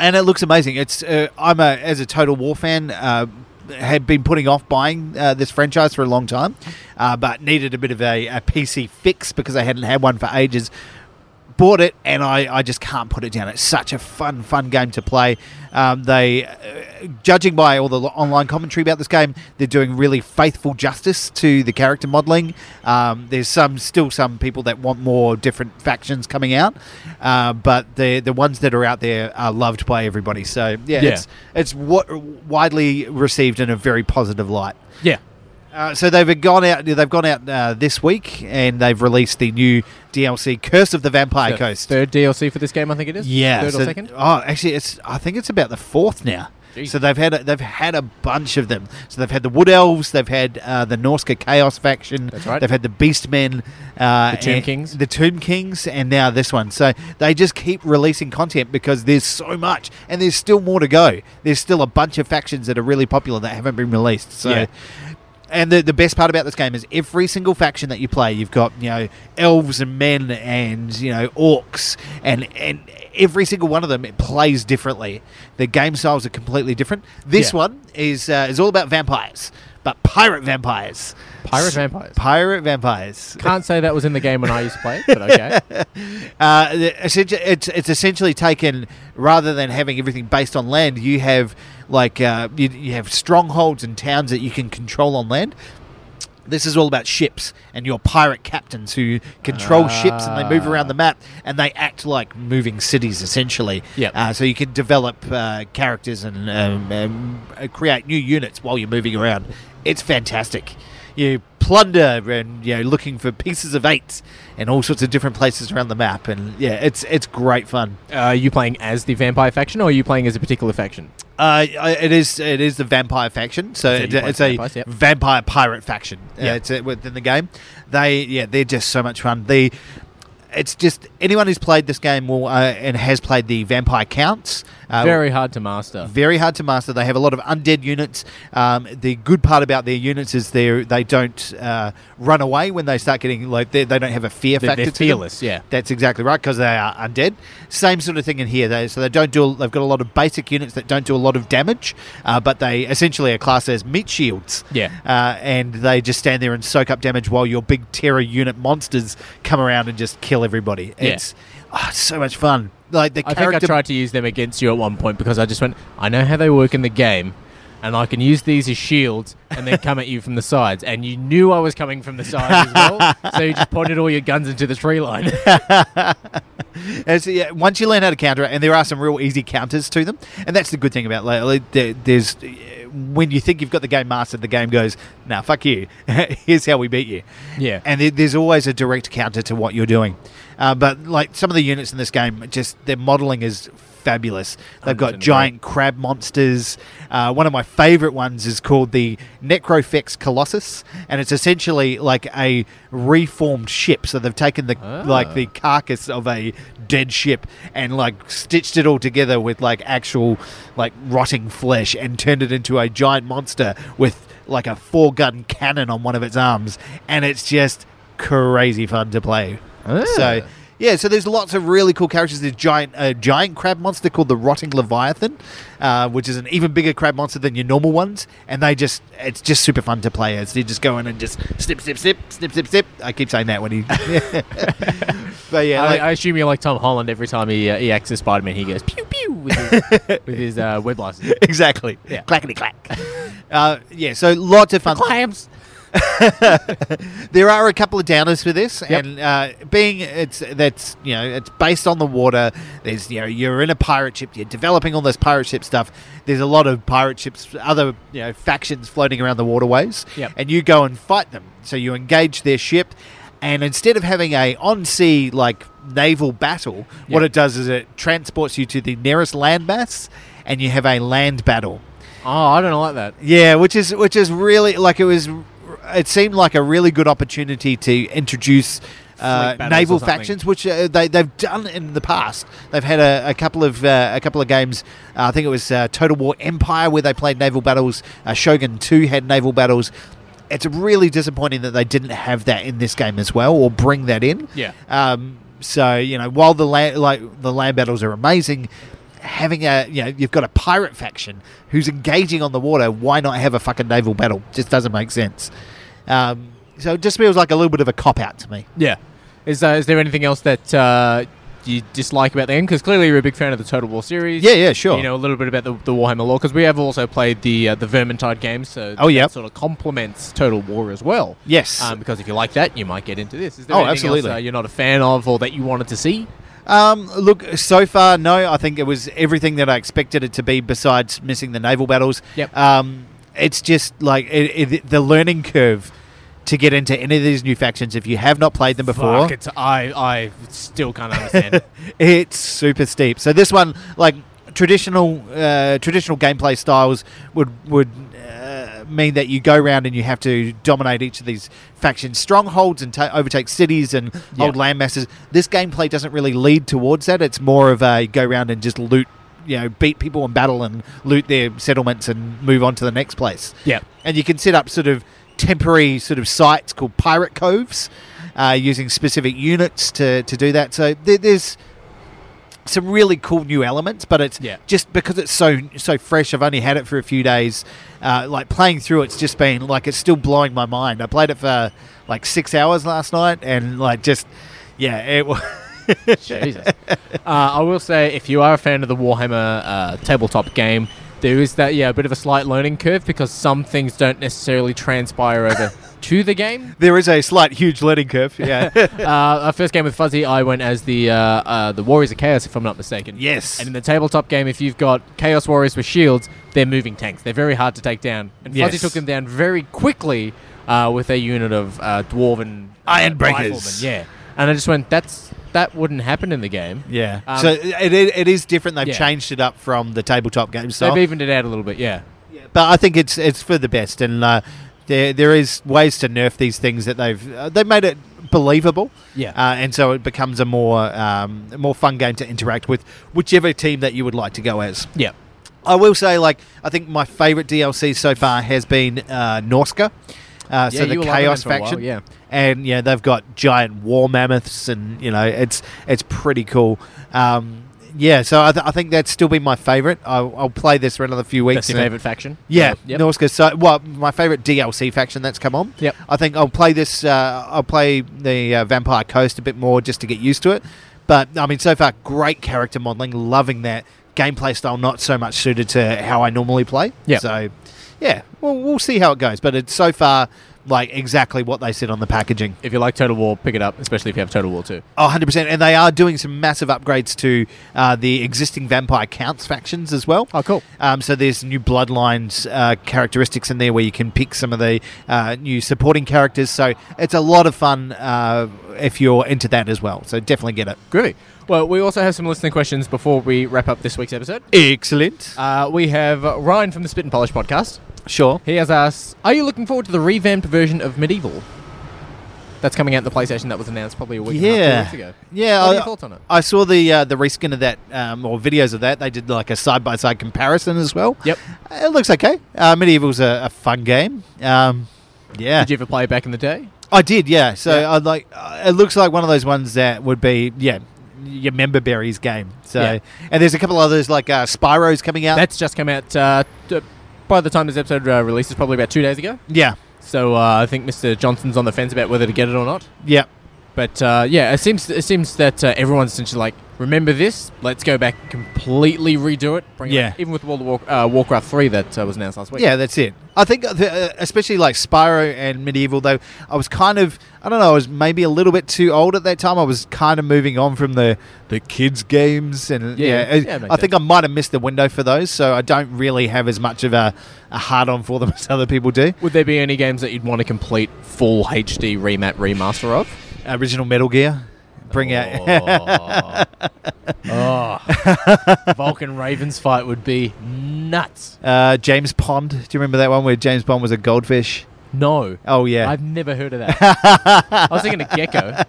Speaker 3: and it looks amazing. It's uh, I'm a as a Total War fan. Uh, had been putting off buying uh, this franchise for a long time, uh, but needed a bit of a, a PC fix because I hadn't had one for ages. Bought it and I, I just can't put it down. It's such a fun, fun game to play. Um, they, uh, judging by all the lo- online commentary about this game, they're doing really faithful justice to the character modeling. Um, there's some still some people that want more different factions coming out, uh, but the the ones that are out there are loved by everybody. So yeah,
Speaker 2: Yeah.
Speaker 3: it's it's what widely received in a very positive light.
Speaker 2: Yeah.
Speaker 3: Uh, so they've gone out. They've gone out uh, this week, and they've released the new DLC, Curse of the Vampire
Speaker 2: The
Speaker 3: Coast.
Speaker 2: Third DLC for this game, I think it is.
Speaker 3: Yeah.
Speaker 2: Third
Speaker 3: so-
Speaker 2: or second.
Speaker 3: Oh, actually, it's. I think it's about the fourth now.
Speaker 2: Jeez.
Speaker 3: So they've had a, they've had a bunch of them. So they've had the Wood Elves, they've had uh, the Norska Chaos faction,
Speaker 2: That's right.
Speaker 3: they've had the Beastmen, uh,
Speaker 2: The Tomb
Speaker 3: and-
Speaker 2: Kings.
Speaker 3: the Tomb Kings, and now this one. So they just keep releasing content because there's so much, and there's still more to go. There's still a bunch of factions that are really popular that haven't been released. So
Speaker 2: Yeah.
Speaker 3: and the, the best part about this game is every single faction that you play, you've got, you know, elves and men and, you know, orcs and and every single one of them it plays differently. The game styles are completely different. This
Speaker 2: Yeah.
Speaker 3: one is uh, is all about vampires, but pirate vampires.
Speaker 2: Pirate
Speaker 3: S-
Speaker 2: vampires.
Speaker 3: Pirate vampires.
Speaker 2: Can't say that was in the game when I used to play it, but okay.
Speaker 3: Uh, the- essentially- it's it's essentially taken rather than having everything based on land. You have like uh, you, you have strongholds and towns that you can control on land. This is all about ships and your pirate captains who control ships and they move around the map and they act like moving cities essentially.
Speaker 2: Yep.
Speaker 3: Uh, so you can develop uh, characters and um, um, uh, create new units while you're moving around. It's fantastic. You plunder and you know looking for pieces of eight and all sorts of different places around the map and yeah, it's it's great fun.
Speaker 2: Uh, Are you playing as the vampire faction, or are you playing as a particular faction?
Speaker 3: Uh, I- it is it is the vampire faction, so
Speaker 2: So you
Speaker 3: it's, a-
Speaker 2: play vampires,
Speaker 3: it's a
Speaker 2: yep.
Speaker 3: vampire pirate faction.
Speaker 2: Yeah.
Speaker 3: Yeah, it's uh, within the game. They yeah, they're just so much fun. The it's just anyone who's played this game will uh, and has played the vampire counts. Uh,
Speaker 2: Very hard to master.
Speaker 3: very hard to master. They have a lot of undead units. Um, the good part about their units is they they don't uh, run away when they start getting like they, they don't have a fear
Speaker 2: They're-
Speaker 3: factor.
Speaker 2: they're
Speaker 3: to them.
Speaker 2: fearless, yeah.
Speaker 3: that's exactly right because they are undead. Same sort of thing in here. They, so they don't do. They've got a lot of basic units that don't do a lot of damage, uh, but they essentially are classed as meat shields.
Speaker 2: Yeah.
Speaker 3: uh, and they just stand there and soak up damage while your big terror unit monsters come around and just kill everybody.
Speaker 2: Yeah.
Speaker 3: It's oh, so much fun. Like the
Speaker 2: I think I
Speaker 3: character
Speaker 2: tried to use them against you at one point because I just went, I know how they work in the game, and I can use these as shields and then come at you from the sides. And you knew I was coming from the sides as well, so you just pointed all your guns into the tree line.
Speaker 3: As, yeah, once you learn how to counter it, and there are some real easy counters to them, and that's the good thing about like, like, there, there's when you think you've got the game mastered, the game goes, "Nah, fuck you. Here's how we beat you."
Speaker 2: Yeah.
Speaker 3: and there, there's always a direct counter to what you're doing. Uh, but like some of the units in this game, just their modeling is fabulous. They've got
Speaker 2: 100%
Speaker 3: giant crab monsters. Uh, one of my favorite ones is called the Necrofex Colossus, and it's essentially like a reformed ship. So they've taken the like the carcass of a dead ship and like stitched it all together with like actual like rotting flesh and turned it into a giant monster with like a four gun cannon on one of its arms, and it's just crazy fun to play.
Speaker 2: Ah.
Speaker 3: So yeah, so there's lots of really cool characters. There's giant a giant crab monster called the Rotting Leviathan, uh, which is an even bigger crab monster than your normal ones, and they just it's just super fun to play as. You just go in and just snip, snip, snip, snip, snip, snip. I keep saying that when he, but yeah,
Speaker 2: I,
Speaker 3: like-
Speaker 2: I assume you're like Tom Holland every time he, uh, he acts as Spider Man, he goes pew pew with his, with his uh, web blasters.
Speaker 3: exactly,
Speaker 2: Yeah.
Speaker 3: clackety clack. uh, yeah, so lots of fun.
Speaker 2: Clams!
Speaker 3: There are a couple of downers for this,
Speaker 2: Yep.
Speaker 3: and uh, being it's that's you know it's based on the water. There's you know you're in a pirate ship, you're developing all this pirate ship stuff. There's a lot of pirate ships, other you know factions floating around the waterways,
Speaker 2: Yep.
Speaker 3: and you go and fight them. So you engage their ship, and instead of having a on sea like naval battle, what
Speaker 2: Yep.
Speaker 3: it does is it transports you to the nearest landmass, and you have a land battle.
Speaker 2: Oh, I don't like that.
Speaker 3: Yeah, which is which is really like it was. It seemed like a really good opportunity to introduce uh,
Speaker 2: Fleet battles or
Speaker 3: naval
Speaker 2: something.
Speaker 3: factions, which uh, they they've done in the past. They've had a, a couple of uh, a couple of games. Uh, I think it was uh, Total War Empire where they played naval battles. Uh, Shogun Two had naval battles. It's really disappointing that they didn't have that in this game as well, or bring that in.
Speaker 2: Yeah.
Speaker 3: Um, so you know, while the land, like the land battles are amazing, having a you know you've got a pirate faction who's engaging on the water. Why not have a fucking naval battle? Just doesn't make sense. Um, so it just feels like a little bit of a cop out to me.
Speaker 2: Yeah. Is, uh, is there anything else that uh, you dislike about the game? Because clearly you're a big fan of the Total War series.
Speaker 3: Yeah, yeah, sure.
Speaker 2: You know a little bit about the, the Warhammer lore because we have also played the uh, the Vermintide games, so
Speaker 3: Oh,
Speaker 2: that
Speaker 3: yep.
Speaker 2: sort of complements Total War as well.
Speaker 3: Yes.
Speaker 2: um, because if you like that, you might get into this. Is there
Speaker 3: Oh,
Speaker 2: anything else,
Speaker 3: absolutely.
Speaker 2: uh, you're not a fan of or that you wanted to see?
Speaker 3: Um, look, so far, no. I think it was everything that I expected it to be, besides missing the naval battles.
Speaker 2: Yep.
Speaker 3: Um, it's just like it, it, the learning curve to get into any of these new factions. If you have not played them before,
Speaker 2: Fuck, it's, I I still can't understand. it.
Speaker 3: it's super steep. So this one, like traditional uh, traditional gameplay styles, would would uh, mean that you go around and you have to dominate each of these factions' strongholds and ta- overtake cities and
Speaker 2: Yeah.
Speaker 3: hold land masses. This gameplay doesn't really lead towards that. It's more of a go around and just loot. You know, beat people in battle and loot their settlements and move on to the next place
Speaker 2: Yeah.
Speaker 3: and you can set up sort of temporary sort of sites called pirate coves uh, using specific units to, to do that. So there, there's some really cool new elements, but it's
Speaker 2: Yeah.
Speaker 3: just because it's so so fresh. I've only had it for a few days. Uh, like playing through, it's just been like it's still blowing my mind. I played it for like six hours last night, and like just yeah, it was.
Speaker 2: Jesus. Uh, I will say, if you are a fan of the Warhammer uh, tabletop game, there is that yeah a bit of a slight learning curve because some things don't necessarily transpire over to the game.
Speaker 3: there is a slight huge learning curve. Yeah,
Speaker 2: Uh, our first game with Fuzzy, I went as the uh, uh, the Warriors of Chaos, if I'm not mistaken.
Speaker 3: Yes.
Speaker 2: And in the tabletop game, if you've got Chaos Warriors with shields, they're moving tanks. They're very hard to take down, and Fuzzy
Speaker 3: Yes.
Speaker 2: took them down very quickly uh, with a unit of uh, dwarven uh,
Speaker 3: Iron breakers.
Speaker 2: riflemen. Yeah. And I just went, that's that wouldn't happen in the game.
Speaker 3: yeah.
Speaker 2: Um,
Speaker 3: so it, it, it is different. They've
Speaker 2: Yeah.
Speaker 3: changed it up from the tabletop game
Speaker 2: They've
Speaker 3: style.
Speaker 2: evened it out a little bit. Yeah.
Speaker 3: but I think it's it's for the best, and uh, there there is ways to nerf these things that they've uh, they made it believable,
Speaker 2: Yeah.
Speaker 3: uh, and so it becomes a more um, more fun game to interact with whichever team that you would like to go as.
Speaker 2: Yeah.
Speaker 3: I will say, like, I think my favorite DLC so far has been uh, Norska.
Speaker 2: Yeah,
Speaker 3: Uh, so
Speaker 2: you
Speaker 3: the
Speaker 2: were loving
Speaker 3: Chaos
Speaker 2: them for a while,
Speaker 3: faction,
Speaker 2: yeah.
Speaker 3: and yeah, they've got giant war mammoths, and you know, it's it's pretty cool. Um, yeah, so I, th- I think that's still been my favorite. I'll, I'll play this for another few weeks.
Speaker 2: That's your
Speaker 3: and-
Speaker 2: favorite faction.
Speaker 3: yeah,
Speaker 2: Yep.
Speaker 3: Norska. So, well, my favorite DLC faction that's come on.
Speaker 2: Yep.
Speaker 3: I think I'll play this. Uh, I'll play the uh, Vampire Coast a bit more just to get used to it. But I mean, so far, great character modeling. Loving that gameplay style. Not so much suited to how I normally play.
Speaker 2: Yep.
Speaker 3: So, yeah, well, we'll see how it goes. But it's so far like exactly what they said on the packaging.
Speaker 2: If you like Total War, pick it up, especially if you have Total War 2.
Speaker 3: Oh, 100%. And they are doing some massive upgrades to uh, the existing Vampire Counts factions as well.
Speaker 2: Oh, cool.
Speaker 3: Um, so there's new Bloodlines uh, characteristics in there where you can pick some of the uh, new supporting characters. So it's a lot of fun uh, if you're into that as well. So definitely get it.
Speaker 2: Groovy. Well, we also have some listening questions before we wrap up this week's episode.
Speaker 3: Excellent.
Speaker 2: Uh, we have Ryan from the Spit and Polish podcast.
Speaker 3: sure.
Speaker 2: He has asked, Are you looking forward to the revamped version of Medieval? That's coming out in the PlayStation that was announced probably a week and a
Speaker 3: Yeah,
Speaker 2: half, two weeks ago.
Speaker 3: yeah.
Speaker 2: What are
Speaker 3: I,
Speaker 2: your thoughts on it?
Speaker 3: I saw the uh, the reskin of that um, or videos of that. They did like a side by side comparison as well.
Speaker 2: Yep.
Speaker 3: it looks okay. Uh, Medieval's a, a fun game. Um, yeah,
Speaker 2: Did you ever play it back in the day?
Speaker 3: I did. Yeah, so
Speaker 2: Yeah.
Speaker 3: I like. Uh, it looks like one of those ones that would be yeah, your member berries game. So
Speaker 2: Yeah.
Speaker 3: and there's a couple others like uh, Spyro's coming out.
Speaker 2: That's just come out. Uh, t- by the time this episode uh, releases, probably about two days ago.
Speaker 3: yeah,
Speaker 2: So uh, I think Mr. Johnson's on the fence about whether to get it or not.
Speaker 3: yeah.
Speaker 2: But uh, yeah, it seems it seems that uh, everyone's essentially like, remember this? Let's go back, completely redo it. Bring
Speaker 3: Yeah.
Speaker 2: It back. Even with World of War- uh, Warcraft three that uh, was announced last week.
Speaker 3: Yeah, that's it. I think, uh, the- uh, especially like Spyro and Medieval, though, I was kind of, I don't know, I was maybe a little bit too old at that time. I was kind of moving on from the, the kids' games. And
Speaker 2: Yeah,
Speaker 3: yeah,
Speaker 2: yeah, it
Speaker 3: I,
Speaker 2: makes
Speaker 3: think I might have missed the window for those. So I don't really have as much of a, a hard on for them as other people do.
Speaker 2: Would there be any games that you'd want to complete full HD remap remaster of?
Speaker 3: Original Metal Gear, bring out.
Speaker 2: Oh. oh. Vulcan Ravens fight would be nuts.
Speaker 3: Uh, James Pond. Do you remember that one where James Bond was a goldfish?
Speaker 2: No.
Speaker 3: Oh yeah,
Speaker 2: I've never heard of that. I was thinking of Gecko.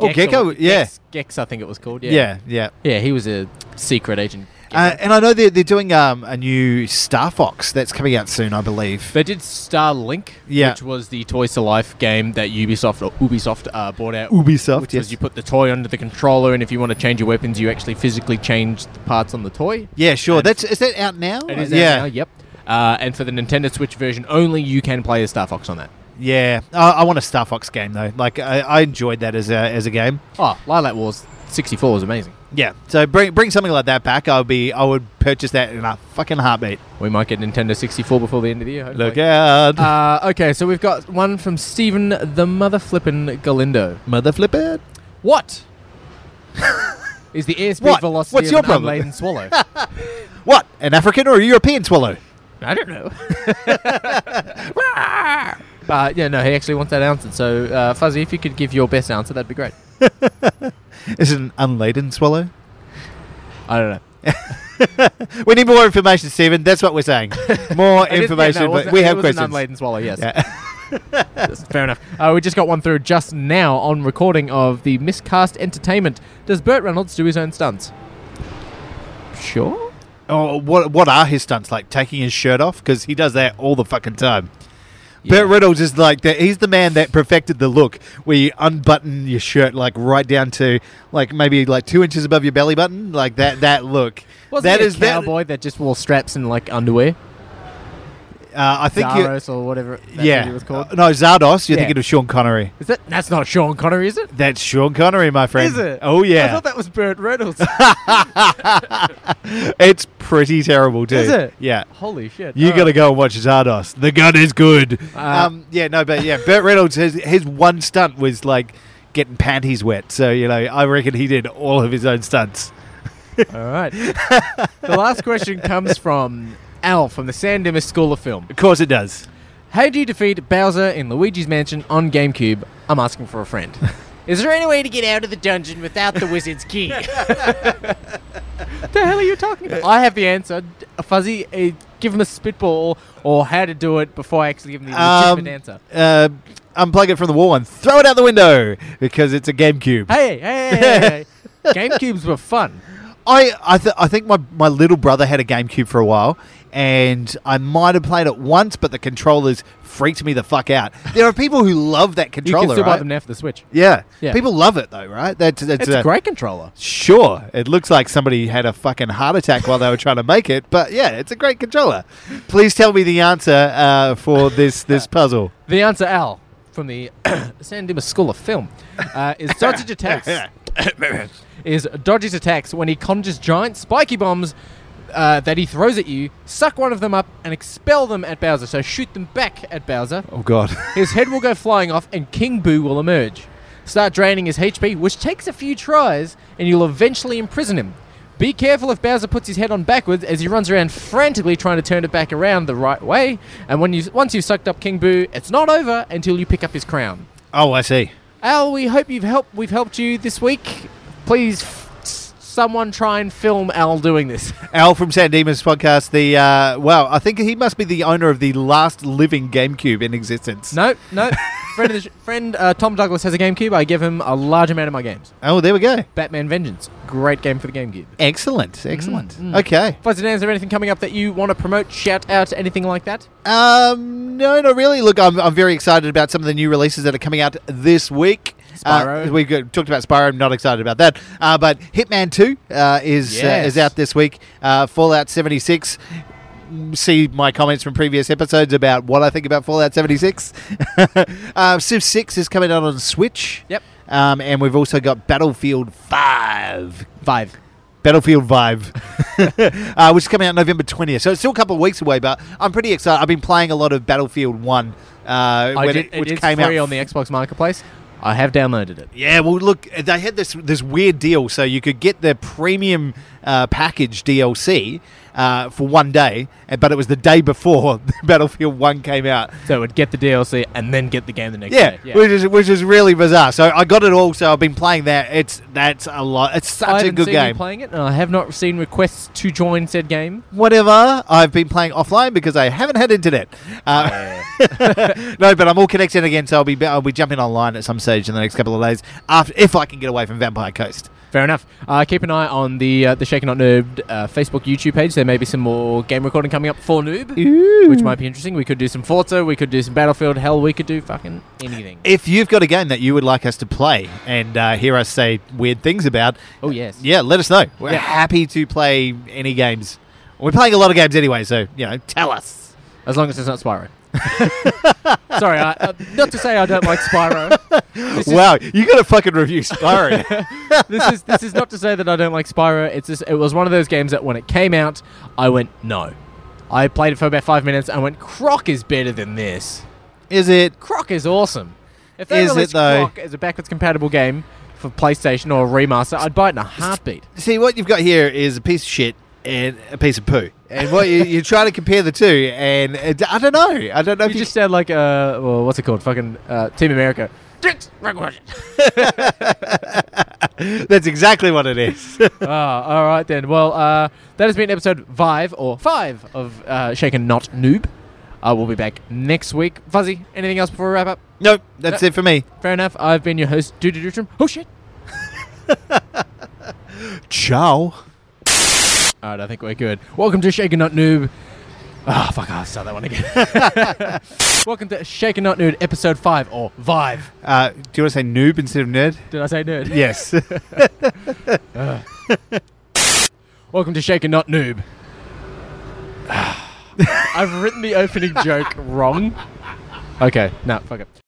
Speaker 3: Oh, Gecko, yeah.
Speaker 2: Gex, Gex, I think it was called. Yeah.
Speaker 3: yeah, yeah.
Speaker 2: Yeah, he was a secret agent.
Speaker 3: Uh, and I know they're, they're doing um, a new Star Fox that's coming out soon, I believe.
Speaker 2: They did Starlink,
Speaker 3: Yeah.
Speaker 2: which was the Toys to Life game that Ubisoft or Ubisoft uh, bought out.
Speaker 3: Ubisoft,
Speaker 2: which
Speaker 3: yes.
Speaker 2: was you put the toy under the controller, and if you want to change your weapons, you actually physically change the parts on the toy.
Speaker 3: Yeah, sure.
Speaker 2: And-
Speaker 3: That's is that out now?
Speaker 2: It is out
Speaker 3: yeah,
Speaker 2: now, yep. Uh, and for the Nintendo Switch version only, you can play as Star Fox on that.
Speaker 3: yeah. I, I want a Star Fox game though. Like I, I enjoyed that as a as a game.
Speaker 2: Oh, Lilac Wars 64 was amazing.
Speaker 3: Yeah. So bring bring something like that back. I'll be I would purchase that in a fucking heartbeat.
Speaker 2: We might get Nintendo 64 before the end of the year. Hopefully.
Speaker 3: Look out,
Speaker 2: Uh, okay, so we've got one from Stephen the Mother Flippin' Galindo.
Speaker 3: mother flipper.
Speaker 2: What? Is the airspeed
Speaker 3: What?
Speaker 2: velocity
Speaker 3: What's
Speaker 2: of
Speaker 3: your
Speaker 2: an
Speaker 3: problem?
Speaker 2: unladen swallow?
Speaker 3: What? An African or a European swallow?
Speaker 2: I don't know. uh, yeah, no, he actually wants that answer. So, uh, Fuzzy, if you could give your best answer, that'd be great.
Speaker 3: Is it an unladen swallow?
Speaker 2: I don't know.
Speaker 3: We need more information, Stephen. That's what we're saying. More
Speaker 2: It is- yeah,
Speaker 3: information.
Speaker 2: no, it was-
Speaker 3: but we
Speaker 2: it
Speaker 3: have
Speaker 2: was an
Speaker 3: questions.
Speaker 2: unladen swallow, yes.
Speaker 3: Yeah.
Speaker 2: That's Fair enough. Uh, we just got one through just now on recording of the miscast entertainment. Does Burt Reynolds do his own stunts? Sure.
Speaker 3: Oh, what what are his stunts like? Taking his shirt off because he does that all the fucking time. Burt Reynolds is like that. He's the man that perfected the look where you unbutton your shirt like right down to like maybe like two inches above your belly button, like that that look.
Speaker 2: Wasn't
Speaker 3: that
Speaker 2: he a
Speaker 3: is that. Uh,
Speaker 2: cowboy that, just wore straps and like underwear.
Speaker 3: uh, I think you.
Speaker 2: Zaros or whatever. That
Speaker 3: Yeah.
Speaker 2: movie was called.
Speaker 3: Uh, no, Zardos. You're
Speaker 2: Yeah.
Speaker 3: thinking of Sean Connery.
Speaker 2: Is that? That's not Sean Connery, is it?
Speaker 3: That's Sean Connery, my friend.
Speaker 2: Is it?
Speaker 3: Oh
Speaker 2: I
Speaker 3: yeah.
Speaker 2: thought that was Burt Reynolds.
Speaker 3: it's pretty terrible too.
Speaker 2: Is it?
Speaker 3: Yeah.
Speaker 2: Holy shit!
Speaker 3: You
Speaker 2: All
Speaker 3: gotta
Speaker 2: right.
Speaker 3: go and watch Zardos. The gun is good.
Speaker 2: Uh,
Speaker 3: um, yeah, no, but yeah, Burt Reynolds his his one stunt was like getting panties wet. So you know, I reckon he did all of his own stunts.
Speaker 2: All right. Oh, the last question comes from Al from the San Dimas School of Film.
Speaker 3: Of course, it does.
Speaker 2: How do you defeat Bowser in Luigi's Mansion on GameCube? I'm asking for a friend. Is there any way to get out of the dungeon without the wizard's key? the hell are you talking about? I have the answer. D- Fuzzy, uh, give him a spitball or how to do it before I actually give him the legitimate answer.
Speaker 3: Uh, unplug it from the wall and throw it out the window because it's a GameCube.
Speaker 2: Hey, hey, hey, hey, hey. GameCubes were fun.
Speaker 3: I I, th- I think my, my little brother had a GameCube for a while, and I might have played it once, but the controllers freaked me the fuck out. There are people who love that
Speaker 2: You can
Speaker 3: controller,
Speaker 2: still buy
Speaker 3: right?
Speaker 2: them now for the Switch.
Speaker 3: Yeah.
Speaker 2: Yeah.
Speaker 3: people love it though, right? That's that's
Speaker 2: It's
Speaker 3: uh,
Speaker 2: a great controller.
Speaker 3: Sure, it looks like somebody had a fucking heart attack while they were trying to make it, but yeah, it's a great controller. Please tell me the answer uh, for this this puzzle.
Speaker 2: The answer, Al, from the San Dimas School of Film, uh, is dodgy attacks. is dodges attacks when he conjures giant spiky bombs uh, that he throws at you. Suck one of them up and expel them at Bowser. So shoot them back at Bowser.
Speaker 3: Oh god.
Speaker 2: His head will go flying off, and King Boo will emerge. Start draining his HP, which takes a few tries, and you'll eventually imprison him. Be careful if Bowser puts his head on backwards as he runs around frantically trying to turn it back around the right way. And when you once you've sucked up King Boo, it's not over until you pick up his crown.
Speaker 3: Oh, I see.
Speaker 2: Al, we hope you've helped. We've helped you this week. Please, f- s- someone try and film Al doing this.
Speaker 3: Al from San Dimas podcast. The uh, wow, I think he must be the owner of the last living GameCube in existence.
Speaker 2: No, no, friend, of the sh- friend uh, Tom Douglas has a GameCube. I give him a large amount of my games.
Speaker 3: Oh, there we go.
Speaker 2: Batman Vengeance, great game for the GameCube.
Speaker 3: Excellent, excellent. Okay.
Speaker 2: Fuzzy Dan, is there anything coming up that you want to promote, shout out, anything like that?
Speaker 3: Um, no, not really. Look, I'm, I'm very excited about some of the new releases that are coming out this week. Uh,
Speaker 2: Spyro.
Speaker 3: we've got- talked about Spyro. I'm not excited about that. Uh, but Hitman 2 uh, is uh,
Speaker 2: Yes.
Speaker 3: is out this week. Uh, Fallout 76. See my comments from previous episodes about what I think about Fallout 76. uh, Civ 6 is coming out on Switch.
Speaker 2: Yep.
Speaker 3: Um, and we've also got Battlefield 5
Speaker 2: Five.
Speaker 3: Battlefield Vibe, uh, which is coming out November 20th. So it's still a couple of weeks away, but I'm pretty excited. I've been playing a lot of Battlefield 1, uh,
Speaker 2: I
Speaker 3: when
Speaker 2: did-
Speaker 3: it, which
Speaker 2: it is
Speaker 3: came out.
Speaker 2: free on the Xbox Marketplace. I have downloaded it.
Speaker 3: yeah, well, look, they had this this weird deal, so you could get the premium uh, package DLC uh, for one day, uh, but it was the day before Battlefield One came out.
Speaker 2: So it would get the DLC and then get the game the next
Speaker 3: Yeah,
Speaker 2: day.
Speaker 3: which is which is really bizarre. So I got it all. So I've been playing that. It's that's a lot. It's
Speaker 2: I
Speaker 3: such a
Speaker 2: haven't
Speaker 3: good
Speaker 2: seen you
Speaker 3: game.
Speaker 2: playing it, and I have not seen requests to join said game.
Speaker 3: whatever. I've been playing offline because I haven't had internet.
Speaker 2: Oh,
Speaker 3: Uh, no, but I'm all connected again, so I'll be I'll be jumping online at some stage in the next couple of days after if I can get away from Vampire Coast.
Speaker 2: Fair enough. Uh, keep an eye on the uh, the Shaken Not Noob uh, Facebook YouTube page. There may be some more game recording coming up for Noob, which might be interesting. We could do some Forza, we could do some Battlefield, hell, we could do fucking anything.
Speaker 3: If you've got a game that you would like us to play and uh, hear us say weird things about,
Speaker 2: Oh yes.
Speaker 3: yeah, let us know. We're
Speaker 2: Yeah.
Speaker 3: happy to play any games. We're playing a lot of games anyway, so you know, tell us.
Speaker 2: As long as it's not Spyro. Sorry, I, uh, not to say I don't like Spyro. This is,
Speaker 3: Wow, you got to fucking review Spyro.
Speaker 2: this is this is not to say that I don't like Spyro. It's just, it was one of those games that when it came out, I went no. I played it for about five minutes and went Croc is better than this.
Speaker 3: Is it?
Speaker 2: Croc is awesome. If they
Speaker 3: Is it
Speaker 2: released
Speaker 3: though?
Speaker 2: Croc as a backwards compatible game for PlayStation or a remaster, I'd buy it in a heartbeat.
Speaker 3: See, what you've got here is a piece of shit and a piece of poo. And what you, you try to compare the two, and it, I don't know. I don't know if
Speaker 2: You just sound like uh, well, what's it called? Fucking uh, Team America.
Speaker 3: that's exactly what it is.
Speaker 2: Ah, all right then. Well, uh, that has been episode five or five of uh, Shaken Not Noob. Uh, we'll be back next week. Fuzzy, anything else before we wrap up?
Speaker 3: nope, that's
Speaker 2: No.
Speaker 3: it for me.
Speaker 2: Fair enough. I've been your host, Dude Dutrum. Oh shit!
Speaker 3: Ciao.
Speaker 2: All right, I think we're good. Welcome to Shaken Not Noob. Ah, fuck! I'll start that one again. Welcome to Shaken Not Noob, episode five or Vive.
Speaker 3: Uh, do you want to say noob instead of nerd?
Speaker 2: Did I say nerd?
Speaker 3: Yes.
Speaker 2: Welcome to Shaken Not Noob. Ah. I've written the opening joke wrong. Okay, no, fuck it.